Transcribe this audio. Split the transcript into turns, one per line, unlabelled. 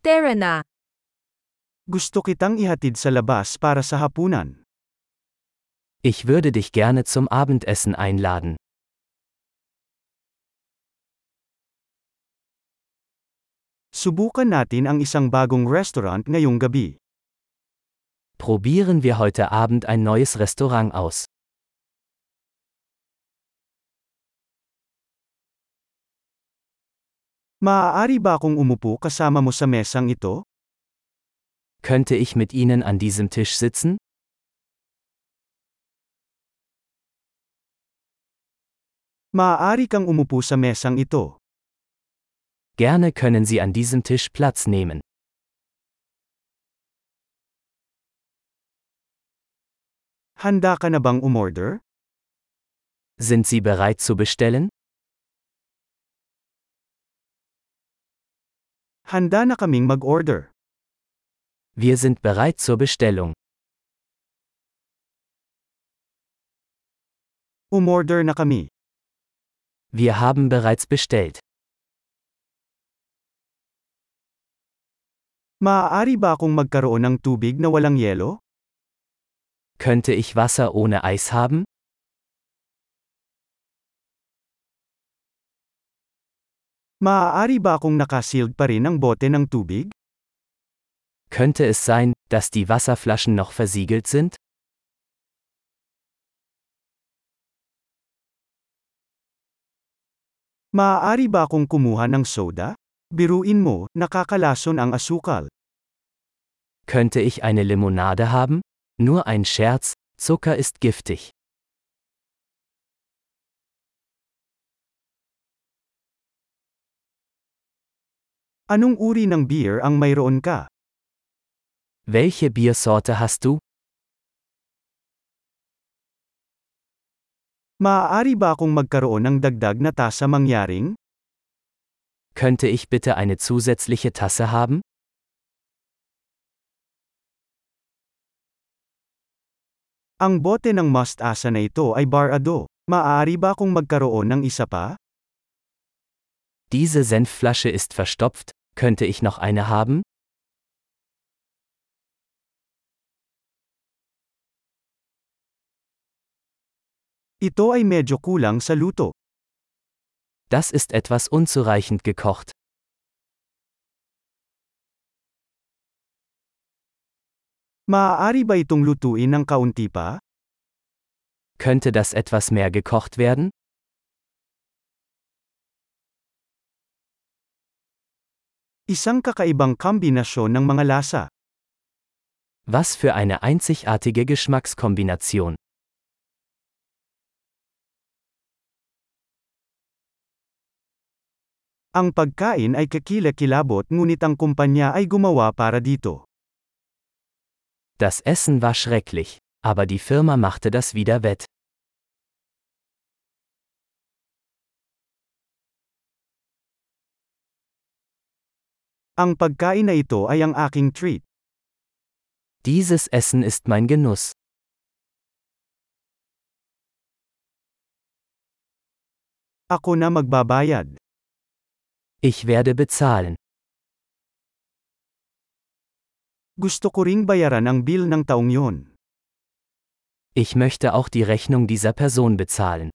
Tara na.
Gusto kitang ihatid sa labas para sa hapunan.
Ich würde dich gerne zum Abendessen einladen.
Subukan natin ang isang bagong restaurant ngayong gabi.
Probieren wir heute Abend ein neues Restaurant aus.
Maaari ba akong umupo kasama mo sa mesang ito?
Könnte ich mit Ihnen an diesem Tisch sitzen?
Maaari kang umupo sa mesang ito.
Gerne können Sie an diesem Tisch Platz nehmen.
Handa ka na bang umorder?
Sind Sie bereit zu bestellen?
Handa na kaming mag-order.
Wir sind bereit zur Bestellung.
Umorder na kami.
Wir haben bereits bestellt.
Maaari ba akong magkaroon ng tubig na walang yelo?
Könnte ich Wasser ohne Eis haben?
Maaari ba akong nakasealed pa rin ang bote ng tubig?
Könnte es sein, dass die Wasserflaschen noch versiegelt sind?
Maaari ba akong kumuha ng soda? Biruin mo, nakakalason ang asukal.
Könnte ich eine Limonade haben? Nur ein Scherz, Zucker ist giftig.
Anong uri ng beer ang mayroon ka?
Welche Biersorte hast du?
Maaari ba akong magkaroon ng dagdag na tasa mangyaring?
Könnte ich bitte eine zusätzliche Tasse haben?
Ang bote ng mustasa na ito ay barado. Maaari ba akong magkaroon ng isa pa?
Diese Senfflasche ist verstopft, könnte ich noch eine haben?
Ito ay medyo kulang sa luto.
Das ist etwas unzureichend gekocht.
Maaari ba itong lutuin ng kaunti pa?
Könnte das etwas mehr gekocht werden?
Isang kakaibang kombinasyon ng mga lasa.
Was für eine einzigartige Geschmackskombination.
Ang pagkain ay kakilakilabot ngunit ang kumpanya ay gumawa para dito.
Das Essen war schrecklich, aber die Firma machte das wieder wett.
Ang pagkain na ito ay ang aking treat.
Dieses Essen ist mein Genuss.
Ako na magbabayad.
Ich werde bezahlen.
Gusto ko ring bayaran ang bill ng taong yon.
Ich möchte auch die Rechnung dieser Person bezahlen.